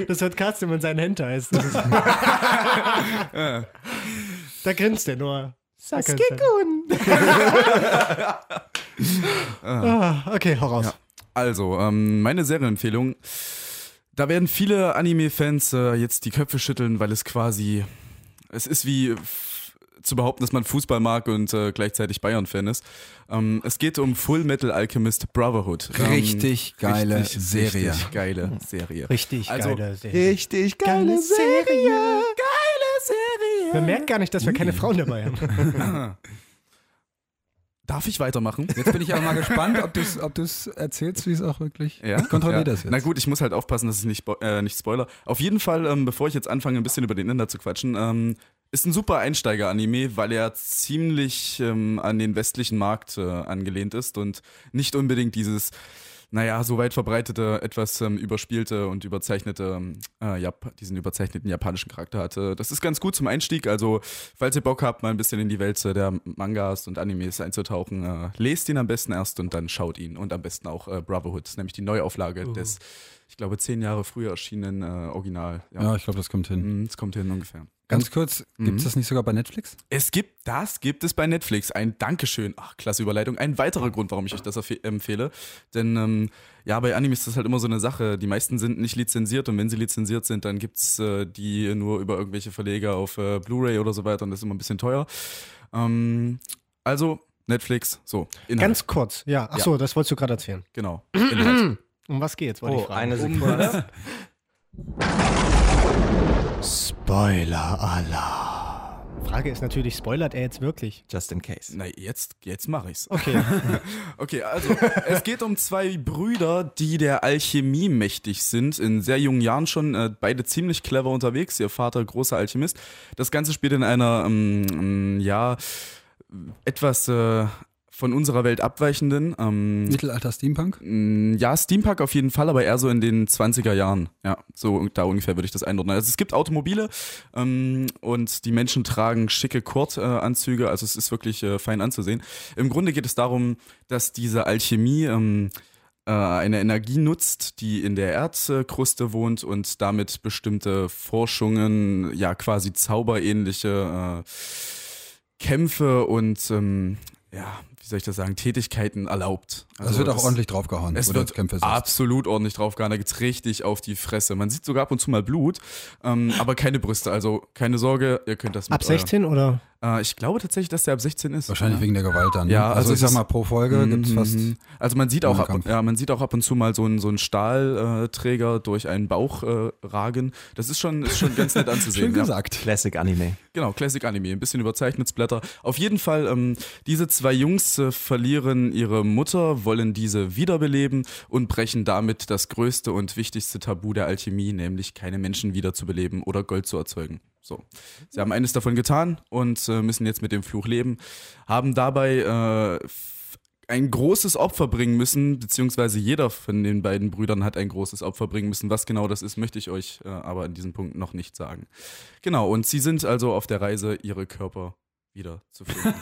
Das hört Carsten in seinen Hentais. Das ist- da grinst er nur. Sasuke-kun. ah, okay, hau raus. Also, ähm, meine Serienempfehlung. Da werden viele Anime-Fans äh, jetzt die Köpfe schütteln, weil es quasi. Es ist wie f- zu behaupten, dass man Fußball mag und äh, gleichzeitig Bayern-Fan ist. Ähm, es geht um Full Metal Alchemist Brotherhood. Ähm, Richtig Hm. geile Serie. Richtig geile Serie. Richtig Also, geile Serie. Richtig Geile Serie. Geile Man merkt gar nicht, dass wir keine Frauen dabei haben. Serie. Darf ich weitermachen? Jetzt bin ich aber mal gespannt, ob du es ob du's erzählst, wie es auch wirklich. Ich kontrolliere Ja. das jetzt. Na gut, ich muss halt aufpassen, dass ich nicht, spo- äh, nicht spoiler. Auf jeden Fall, ähm, bevor ich jetzt anfange, ein bisschen über den Inder zu quatschen, ähm, ist ein super Einsteiger-Anime, weil er ziemlich ähm, an den westlichen Markt äh, angelehnt ist und nicht unbedingt dieses, naja, so weit verbreitete, etwas ähm, überspielte und überzeichnete, ähm, äh, Jap diesen überzeichneten japanischen Charakter hatte. Das ist ganz gut zum Einstieg. Also, falls ihr Bock habt, mal ein bisschen in die Welt äh, der Mangas und Animes einzutauchen, äh, lest ihn am besten erst und dann schaut ihn. Und am besten auch äh, Brotherhood, Das ist nämlich die Neuauflage des, ich glaube, zehn Jahre früher erschienenen äh, Original. Ja, ich glaube, das kommt hin. Mhm, Es kommt hin ungefähr. Ganz kurz, gibt es das nicht sogar bei Netflix? Es gibt, das gibt es bei Netflix. Ein Dankeschön. Ach, klasse Überleitung. Ein weiterer Grund, warum ich euch das erfe- empfehle. Denn ähm, ja, bei Anime ist das halt immer so eine Sache. Die meisten sind nicht lizenziert und wenn sie lizenziert sind, dann gibt es äh, die nur über irgendwelche Verleger auf äh, Blu-ray oder so weiter und das ist immer ein bisschen teuer. Ähm, also, Netflix, so. Inhalt. Ganz kurz, ja. Ach so, das wolltest du gerade erzählen. Genau. Inhalt. Um was geht's? wollte ich Oh, fragen. eine Sekunde. Spoiler-Alarm. Frage ist natürlich, spoilert er jetzt wirklich? Just in case. Na, jetzt, jetzt mache ich's. Okay. Okay, also es geht um zwei Brüder, die der Alchemie mächtig sind. In sehr jungen Jahren schon, äh, beide ziemlich clever unterwegs. Ihr Vater großer Alchemist. Das Ganze spielt in einer, ähm, ähm, ja, etwas äh, von unserer Welt abweichenden, ähm, Mittelalter Steampunk? Mm, Ja, Steampunk auf jeden Fall, aber eher so in den 20er Jahren. Ja, so da ungefähr würde ich das einordnen. Also es gibt Automobile ähm, und die Menschen tragen schicke Kurtanzüge, also es ist wirklich äh, fein anzusehen. Im Grunde geht es darum, dass diese Alchemie ähm, äh, eine Energie nutzt, die in der Erdkruste wohnt und damit bestimmte Forschungen, ja quasi zauberähnliche äh, Kämpfe und ähm, ja, wie soll ich das sagen, Tätigkeiten erlaubt. Also, es wird auch ordentlich draufgehauen, es wo wird du Kämpfe siehst. absolut ordentlich draufgehauen. Da geht's richtig auf die Fresse. Man sieht sogar ab und zu mal Blut, ähm, aber keine Brüste. Also keine Sorge, ihr könnt das mit Ab 16 oder? Euer, äh, ich glaube tatsächlich, dass der ab 16 ist. Wahrscheinlich ja. wegen der Gewalt dann. ne? Ja, also, also ich es sag ist- mal, pro Folge Mhm. gibt's fast. Also man sieht auch ab, Nahkampf. ja, man sieht auch ab und zu mal so einen, so einen Stahlträger durch einen Bauch äh, ragen. Das ist schon, ist schon ganz nett anzusehen. Schön ja. gesagt. Classic Anime. Genau, Classic Anime, ein bisschen überzeichnetes Blätter. Auf jeden Fall, ähm, diese zwei Jungs äh, verlieren ihre Mutter, wollen diese wiederbeleben und brechen damit das größte und wichtigste Tabu der Alchemie, nämlich keine Menschen wiederzubeleben oder Gold zu erzeugen. So. Sie haben eines davon getan und äh, müssen jetzt mit dem Fluch leben, haben dabei äh, f- ein großes Opfer bringen müssen, beziehungsweise jeder von den beiden Brüdern hat ein großes Opfer bringen müssen. Was genau das ist, möchte ich euch äh, aber an diesem Punkt noch nicht sagen. Genau, und sie sind also auf der Reise, ihre Körper wieder zu finden.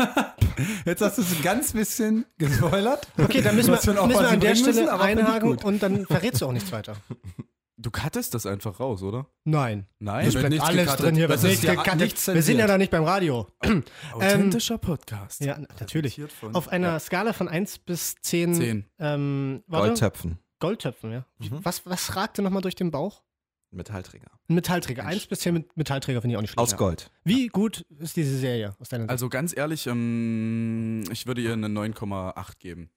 Jetzt hast du es ein ganz bisschen gespoilert. Okay, dann müssen wir, Was für ein müssen Opfer wir sie an der bringen Stelle müssen, aber finde ich einhaken gut. und dann verrätst du auch nichts weiter. du cuttest das einfach raus, oder? Nein. Nein. Das wird Bleibt nichts alles gecuttet. drin hier, Das wird ist nicht ja gecuttet. nichts Wir sind ja zensiert. da nicht beim Radio. Authentischer Podcast. Ähm, Ja, natürlich. Präsentiert von- Auf einer Skala von 1 bis 10. Ähm, Zehn. Ähm, warte, Goldtöpfen. Goldtöpfen, ja. Mhm. Was, was ragte nochmal durch den Bauch? Metallträger. Ein Metallträger. 1 bis 10 mit Metallträger finde ich auch nicht schlecht. Aus Gold. Wie gut ist diese Serie aus deiner Sicht? Also ganz ehrlich, ähm, ich würde ihr eine 9,8 geben.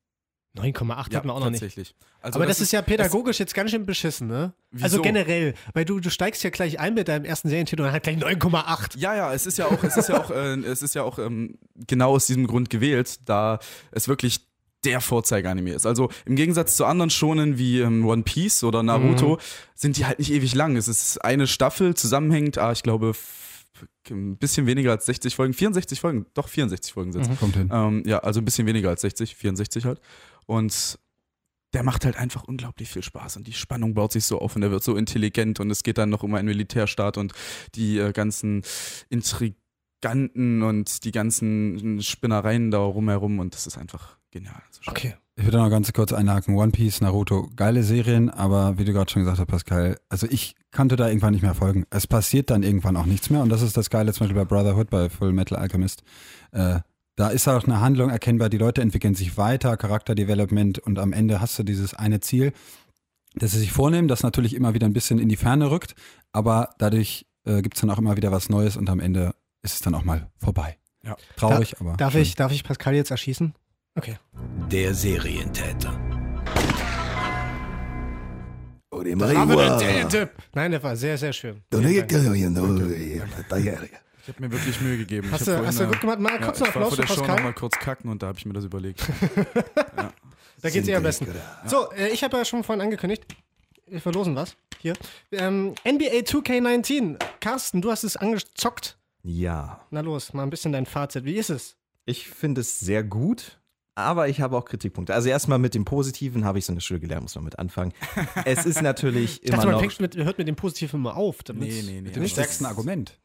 9,8 hat man auch noch nicht. tatsächlich. Also Aber das, ist ja pädagogisch jetzt ganz schön beschissen, ne? Also Wieso? generell, weil du, du steigst ja gleich ein mit deinem ersten Serientitel und hat gleich 9,8. Ja, ja, es ist ja auch, es ist ja auch, äh, es ist ja auch ähm, genau aus diesem Grund gewählt, da es wirklich der Vorzeigeanime ist. Also im Gegensatz zu anderen Shonen wie ähm, One Piece oder Naruto sind die halt nicht ewig lang. Es ist eine Staffel zusammenhängend, ah, ich glaube f- ein bisschen weniger als 60 Folgen, 64 Folgen, doch 64 Folgen sind. Kommt hin. Ähm, ja, also ein bisschen weniger als 60, 64 halt. Und der macht halt einfach unglaublich viel Spaß und die Spannung baut sich so auf und er wird so intelligent und es geht dann noch um einen Militärstaat und die äh, ganzen Intriganten und die ganzen Spinnereien da rumherum und das ist einfach genial. Also anzuschauen. Okay. Ich will da noch ganz kurz einhaken. One Piece, Naruto, geile Serien, aber wie du gerade schon gesagt hast, Pascal, also ich kannte da irgendwann nicht mehr folgen. Es passiert dann irgendwann auch nichts mehr und das ist das Geile zum Beispiel bei Brotherhood, bei Full Metal Alchemist. Äh, da ist auch eine Handlung erkennbar, die Leute entwickeln sich weiter, Charakterdevelopment und am Ende hast du dieses eine Ziel, dass sie sich vornehmen, das natürlich immer wieder ein bisschen in die Ferne rückt, aber dadurch äh, gibt es dann auch immer wieder was Neues und am Ende ist es dann auch mal vorbei. Ja. Traurig, aber. Darf schön. ich, darf ich Pascal jetzt erschießen? Okay. Der Serientäter. Nein, der war sehr, sehr schön. Ich habe mir wirklich Mühe gegeben. Hast ich du- hab vorhin, hast du äh, gut gemacht? Mal kurz ja, einen ich war Applaus vor der für Show Pascal. noch mal kurz kacken und da habe ich mir das überlegt. Da geht's ihr am besten. So, äh, ich habe ja schon vorhin angekündigt, wir verlosen was hier. Ähm, NBA 2K19. Carsten, du hast es angezockt. Ja. Na los, mal ein bisschen dein Fazit. Wie ist es? Ich finde es sehr gut, aber ich habe auch Kritikpunkte. Also erstmal mit dem Positiven habe ich so eine Schule gelernt, muss man mit anfangen. Es ist Ich natürlich immer dachte, man noch. fängt mit, hört mit dem Positiven immer auf. damit's- nee. Dem stärksten Argument.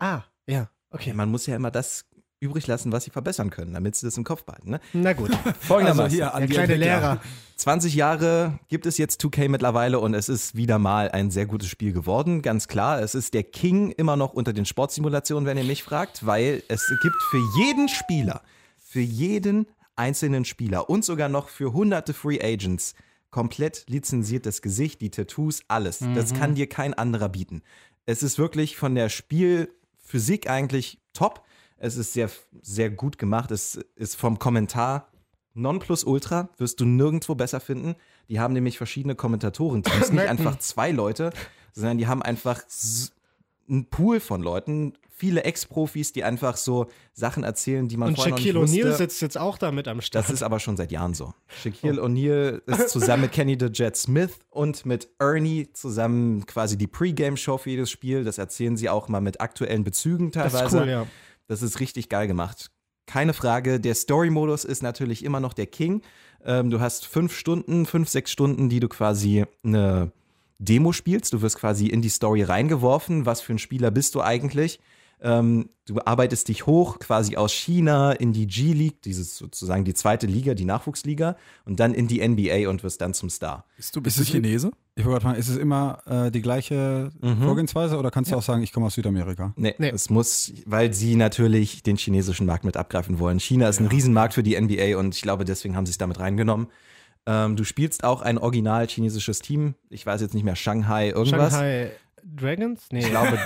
Ah, ja. Okay. Man muss ja immer das übrig lassen, was sie verbessern können, damit sie das im Kopf behalten. Ne? Na gut. Folgendermaßen. Also Der kleine Lehrer. 20 Jahre gibt es jetzt 2K mittlerweile und es ist wieder mal ein sehr gutes Spiel geworden, ganz klar. Es ist der King immer noch unter den Sportsimulationen, wenn ihr mich fragt, weil es gibt für jeden Spieler, für jeden einzelnen Spieler und sogar noch für hunderte Free Agents komplett lizenziertes Gesicht, die Tattoos, alles. Das kann dir kein anderer bieten. Es ist wirklich von der Spielphysik eigentlich top. Es ist sehr, sehr gut gemacht. Es ist vom Kommentar Nonplusultra wirst du nirgendwo besser finden. Die haben nämlich verschiedene Kommentatoren. Die sind nicht einfach zwei Leute, sondern die haben einfach s- ein Pool von Leuten, viele Ex-Profis, die einfach so Sachen erzählen, die man Und vorher noch Shaquille nicht O'Neal wusste. sitzt Oh. jetzt auch damit am Start. Das ist aber schon seit Jahren so. Shaquille O'Neal ist zusammen mit Kenny the Jet Smith und mit Ernie zusammen quasi die Pre-Game-Show für jedes Spiel. Das erzählen sie auch mal mit aktuellen Bezügen Das teilweise. ist cool, ja. Das ist richtig geil gemacht. Keine Frage, der Story-Modus ist natürlich immer noch der King. Ähm, du hast fünf Stunden, fünf, sechs Stunden, die du quasi eine Demo spielst. Du wirst quasi in die Story reingeworfen. Was für ein Spieler bist du eigentlich? Ähm, du arbeitest dich hoch, quasi aus China in die G-League, dieses sozusagen die zweite Liga, die Nachwuchsliga, und dann in die NBA und wirst dann zum Star. Bist du, bist du Chinese? Ich wollte gerade fragen, ist es immer äh, die gleiche Vorgehensweise oder kannst du auch sagen, ich komme aus Südamerika? Nee, Nee. es muss, weil sie natürlich den chinesischen Markt mit abgreifen wollen. China ist ein Riesenmarkt für die NBA und ich glaube, deswegen haben sie es damit reingenommen. Ähm, du spielst auch ein original chinesisches Team. Ich weiß jetzt nicht mehr, Shanghai irgendwas. Shanghai Dragons? Nee. Ich glaube,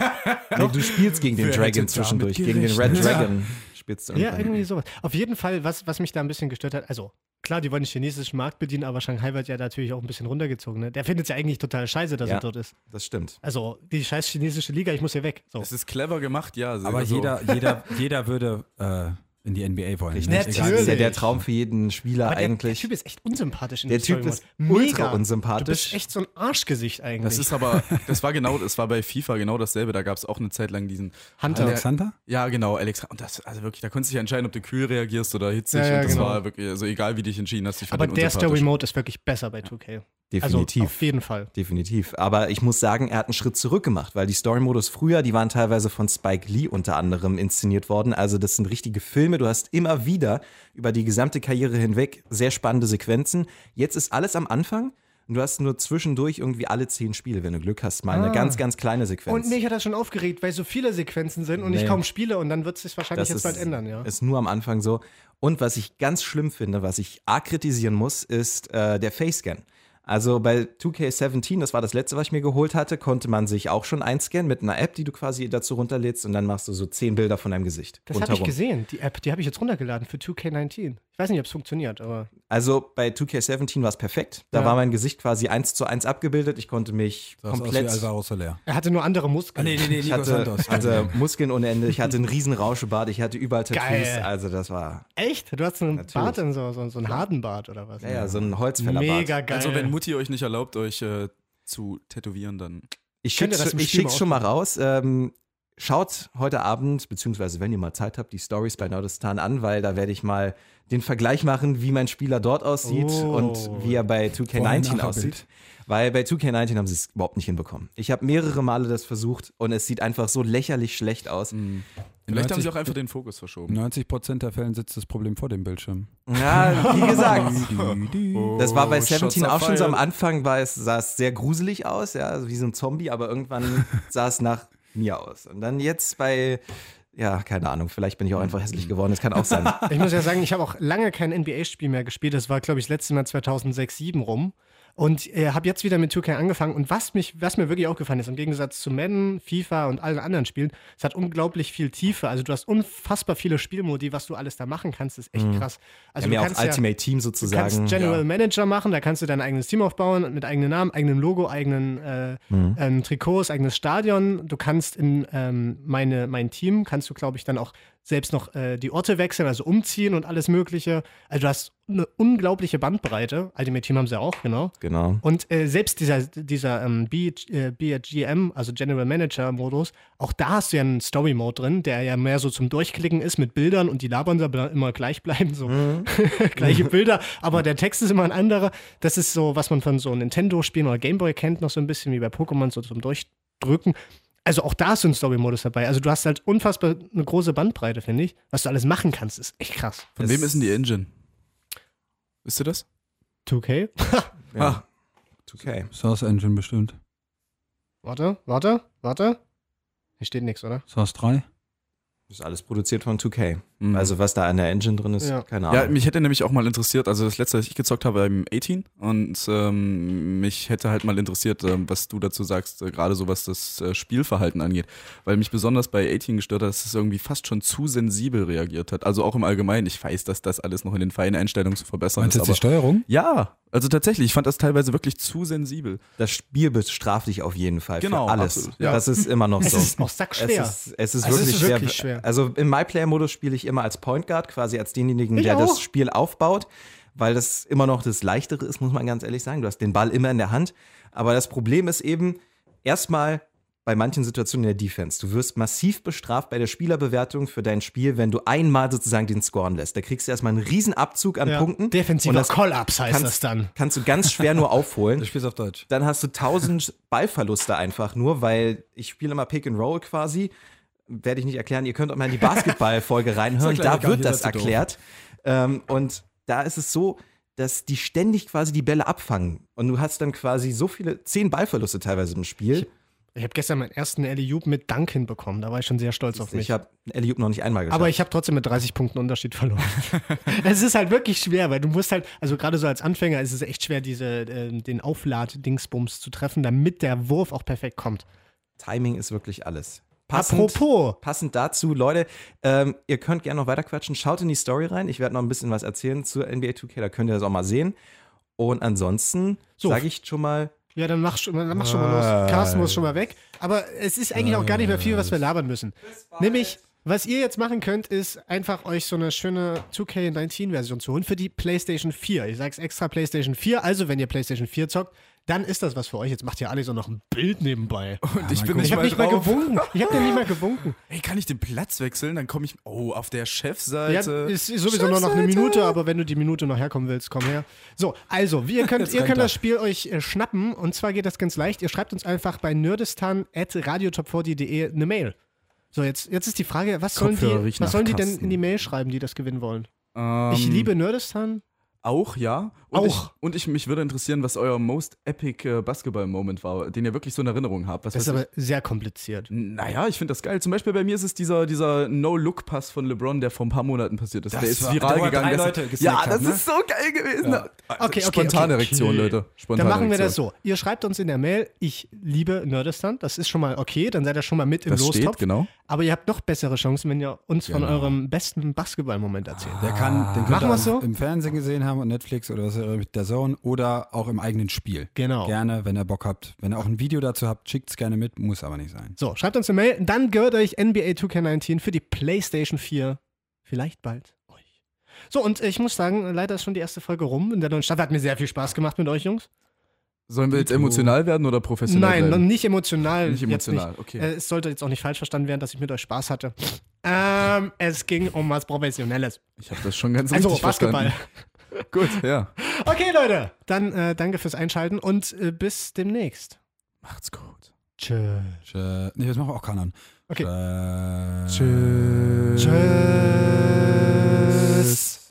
nee, du spielst gegen den Wer Dragon hätte zwischendurch, damit gegen den Red gerechnet? Dragon spielst du Ja, irgendwann. irgendwie sowas. Auf jeden Fall, was, was mich da ein bisschen gestört hat, also klar, die wollen den chinesischen Markt bedienen, aber Shanghai wird ja natürlich auch ein bisschen runtergezogen. Ne? Der findet es ja eigentlich total scheiße, dass Ja. er dort ist. Das stimmt. Also die scheiß chinesische Liga, ich muss hier weg. So. Es ist clever gemacht, ja. Aber also- jeder, jeder, jeder würde äh, in die NBA wollen. Richtig. ne? Natürlich. Das ist ja der Traum für jeden Spieler Aber der, der eigentlich. Typ ist echt unsympathisch in Der dem Typ Story-Mode. ist ultra Mega. unsympathisch. Du bist echt so ein Arschgesicht eigentlich. Das ist aber, das war genau, das war bei FIFA genau dasselbe. Da gab es auch eine Zeit lang diesen. Hunter. Alexander? Ja, genau, Alex. Und das, also wirklich, da konntest du dich entscheiden, ob du kühl reagierst oder hitzig. Ja, ja, und das genau. war wirklich, also egal wie dich entschieden hast, ich fand aber den der unsympathisch. Story Mode ist wirklich besser bei 2K. Definitiv. Also auf jeden Fall. Definitiv. Aber ich muss sagen, er hat einen Schritt zurück gemacht, weil die Story-Modus früher, die waren teilweise von Spike Lee unter anderem inszeniert worden. Also das sind richtige Filme. Du hast immer wieder über die gesamte Karriere hinweg sehr spannende Sequenzen. Jetzt ist alles am Anfang und du hast nur zwischendurch irgendwie alle zehn Spiele, wenn du Glück hast, mal eine ganz, ganz kleine Sequenz. Und mich hat das schon aufgeregt, weil so viele Sequenzen sind und Nee. ich kaum spiele und dann wird es sich wahrscheinlich das jetzt ist, bald ändern, ja. ist nur am Anfang so. Und was ich ganz schlimm finde, was ich arg kritisieren muss, ist äh, der Face-Scan. Also bei 2K17, das war das letzte, was ich mir geholt hatte, konnte man sich auch schon einscannen mit einer App, die du quasi dazu runterlädst und dann machst du so zehn Bilder von deinem Gesicht. Das habe ich rundherum. gesehen, die App, die habe ich jetzt runtergeladen für 2K19. Ich weiß nicht, ob es funktioniert, aber Also bei 2K17 war es perfekt. Da Ja. war mein Gesicht quasi eins zu eins abgebildet. Ich konnte mich Du sahst komplett. Aus wie Alvaro Soler. er hatte nur andere Muskeln. Ah, nee, ich hatte, hatte Muskeln ohne Ende, ich hatte einen riesen Rauschebart, ich hatte überall Tattoos. Geil. Also das war Echt? Du hast einen Natürlich. Bart, in so, so, so einen harten Bart oder was? ja, ja, so ein Holzfällerbart. Mega geil. Also, wenn Mutti euch nicht erlaubt, euch äh, zu tätowieren, dann. Ich Könnt ihr schick's, das im ich Stream schick's schon mal raus. Ähm, schaut heute Abend, beziehungsweise wenn ihr mal Zeit habt, die Stories bei Nordistan an, weil da werde ich mal den Vergleich machen, wie mein Spieler dort aussieht Oh. und wie er bei 2K19 aussieht. Weil bei 2K19 haben sie es überhaupt nicht hinbekommen. Ich habe mehrere Male das versucht und es sieht einfach so lächerlich schlecht aus. Mhm. Vielleicht haben sie 90 auch einfach den Fokus verschoben. 90 Prozent der Fällen sitzt das Problem vor dem Bildschirm. Ja, wie gesagt. Das war bei Oh, 17 Shots auch schon so am fired. Anfang, war es, sah es sehr gruselig aus, ja, also wie so ein Zombie, aber irgendwann sah es nach mir aus. Und dann jetzt bei, ja, keine Ahnung, vielleicht bin ich auch einfach hässlich geworden, das kann auch sein. Ich muss ja sagen, ich habe auch lange kein NBA-Spiel mehr gespielt. Das war, glaube ich, das letzte Mal 2006, 7 rum. Und äh, habe jetzt wieder mit 2K angefangen. Und was, mich, was mir wirklich aufgefallen ist, im Gegensatz zu Madden, FIFA und allen anderen Spielen, es hat unglaublich viel Tiefe. Also du hast unfassbar viele Spielmodi, was du alles da machen kannst, ist echt krass. Also du Wir haben Mhm. ja auch kannst ja, Ultimate Team du kannst sozusagen. General ja. Manager machen, da kannst du dein eigenes Team aufbauen mit eigenem Namen, eigenem Logo, eigenen äh, ähm, Trikots, eigenes Stadion. Du kannst in ähm, meine, mein Team, kannst du, glaube ich, dann auch selbst noch äh, die Orte wechseln, also umziehen und alles Mögliche. Also du hast eine unglaubliche Bandbreite. Ultimate Team haben sie ja auch, genau. Genau. Und äh, selbst dieser, dieser ähm, B, äh, BGM, also General Manager Modus, auch da hast du ja einen Story Mode drin, der ja mehr so zum Durchklicken ist mit Bildern und die labern da bla- immer gleich bleiben, so gleiche Bilder, aber der Text ist immer ein anderer. Das ist so, was man von so Nintendo-Spielen oder Gameboy kennt, noch so ein bisschen wie bei Pokémon, so zum Durchdrücken. Also auch da ist so ein Story-Modus dabei. Also du hast halt unfassbar eine große Bandbreite, finde ich. Was du alles machen kannst, ist echt krass. Von Es- wem ist denn die Engine? Wisst ihr das? 2K? Ah. Ja. 2K. Source Engine bestimmt. Warte, warte, warte. Hier steht nichts, oder? Source 3? Ist alles produziert von 2K. Mhm. Also was da an der Engine drin ist, Ja. keine Ja, Ahnung. mich hätte nämlich auch mal interessiert, also das letzte, das ich gezockt habe, war im 18 und ähm, mich hätte halt mal interessiert, ähm, was du dazu sagst, äh, gerade so was das äh, Spielverhalten angeht, weil mich besonders bei 18 gestört hat, dass es irgendwie fast schon zu sensibel reagiert hat, also auch im Allgemeinen, ich weiß, dass das alles noch in den feinen Einstellungen zu verbessern Meinst du ist, jetzt die Steuerung? ja, also tatsächlich, ich fand das teilweise wirklich zu sensibel. das Spiel bestraft dich auf jeden Fall Genau, für alles. absolut, ja. Das ist immer noch Es so. ist auch sackschwer. Es ist, es ist Also es wirklich, ist wirklich schwer. schwer. Also im MyPlayer-Modus spiele ich immer als Point Guard, quasi als denjenigen, Ich der auch. das Spiel aufbaut, weil das immer noch das Leichtere ist, muss man ganz ehrlich sagen. Du hast den Ball immer in der Hand. Aber das Problem ist eben, erstmal bei manchen Situationen in der Defense. Du wirst massiv bestraft bei der Spielerbewertung für dein Spiel, wenn du einmal sozusagen den scoren lässt. Da kriegst du erstmal einen riesen Abzug an ja. Punkten. Und Defensiver das Call-Ups heißt kannst- das dann. kannst du ganz schwer nur aufholen Du spielst auf Deutsch. dann hast du 1000 Ballverluste einfach nur, weil ich spiele immer Pick and Roll quasi. Werde ich nicht erklären. Ihr könnt auch mal in die Basketballfolge reinhören. Das war da gleich wird gar das nicht so doof. erklärt. Ähm, und da ist es so, dass die ständig quasi die Bälle abfangen. Und du hast dann quasi so viele, zehn Ballverluste teilweise im Spiel. Ich habe gestern meinen ersten Alley Oop mit Dunk hinbekommen. Da war ich schon sehr stolz auf mich. Ich habe Eliup noch nicht einmal geschafft. Aber ich habe trotzdem mit 30 Punkten Unterschied verloren. es ist halt wirklich schwer, weil du musst halt, also gerade so als Anfänger ist es echt schwer, diese, ähm, den Auflad-Dingsbums zu treffen, damit der Wurf auch perfekt kommt. Timing ist wirklich alles. Apropos, Passend dazu, Leute, ähm, ihr könnt gerne noch weiterquatschen. Schaut in die Story rein. Ich werde noch ein bisschen was erzählen zu NBA 2K. Da könnt ihr das auch mal sehen. Und ansonsten So. sage ich schon mal, ja, dann mach, schon- dann mach schon mal los. Carsten muss schon mal weg. Aber es ist eigentlich auch gar nicht mehr viel, was wir labern müssen. Nämlich, was ihr jetzt machen könnt, ist einfach euch so eine schöne 2K19-Version zu holen für die PlayStation 4. Ich sag's extra PlayStation 4. Also, wenn ihr PlayStation 4 zockt, dann ist das was für euch. Jetzt macht ihr alle so noch ein Bild nebenbei. Und ich bin Ich habe nicht mal drauf. gewunken. Ich habe nicht mal gewunken. Ey, kann ich den Platz wechseln? Dann komme ich. Oh, auf der Ja, Chefseite. ist sowieso nur noch eine Minute, aber wenn du die Minute noch herkommen willst, komm her. So, also, wir könnt, ihr könnt das Spiel euch äh, schnappen und zwar geht das ganz leicht. Ihr schreibt uns einfach bei nerdistan.radiotop40.de eine Mail. So, jetzt, jetzt ist die Frage, was sollen, Kopfhörer die, riechen was nach sollen die denn Kasten. in die Mail schreiben, die das gewinnen wollen? Ähm, ich liebe Nerdistan. Auch, ja. Und Auch. Ich, und ich, mich würde interessieren, was euer most epic äh, Basketball-Moment war, den ihr wirklich so in Erinnerung habt. Was Das ist weiß ich. aber sehr Äh, kompliziert. Naja, ich finde das geil. Zum Beispiel bei mir ist es dieser, dieser No-Look-Pass von LeBron, der vor ein paar Monaten passiert ist. Das der ist war- viral da waren gegangen. drei gestern. Leute gesnackt ja, haben, das ne? ist so geil gewesen. Also, Okay, okay, Spontane okay. Reaktion, Leute. Spontane Dann machen wir das Reaktion. so. Ihr schreibt uns in der Mail, ich liebe Nerdistan. Das ist schon mal okay, dann seid ihr schon mal mit im Das steht, Lostopf. genau. Aber ihr habt noch bessere Chancen, wenn ihr uns von eurem besten Basketballmoment erzählt. Ah. Der kann, den könnt Ah. Machen ihr wir's so? im- im Fernsehen gesehen haben und Netflix oder was auch immer mit der Zone oder auch im eigenen Spiel. Genau. Gerne, wenn ihr Bock habt. Wenn ihr auch ein Video dazu habt, schickt's gerne mit, muss aber nicht sein. So, schreibt uns eine Mail. Dann gehört euch NBA 2K19 für die PlayStation 4 vielleicht bald euch. So, und ich muss sagen, leider ist schon die erste Folge rum in der neuen Stadt. Hat mir sehr viel Spaß gemacht mit euch, Jungs. Sollen wir jetzt emotional werden oder professionell? Nein, noch bleiben? nicht emotional. Nicht jetzt emotional, okay. Äh, Es sollte jetzt auch nicht falsch verstanden werden, dass ich mit euch Spaß hatte. Ähm, es ging um was Professionelles. Ich habe das schon ganz Also richtig Basketball. verstanden. Gut, ja. Okay, Leute. Dann äh, danke fürs Einschalten und äh, bis demnächst. Macht's gut. Tschö. Tschö. Nee, das machen wir auch Kanon. Okay. Tschö. Tschüss.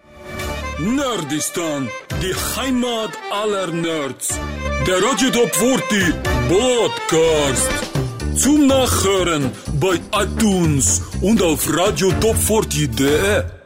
Nerdistan, die Heimat aller Nerds. Der Radio Top 40 Podcast. Zum Nachhören bei iTunes und auf radiotop40.de.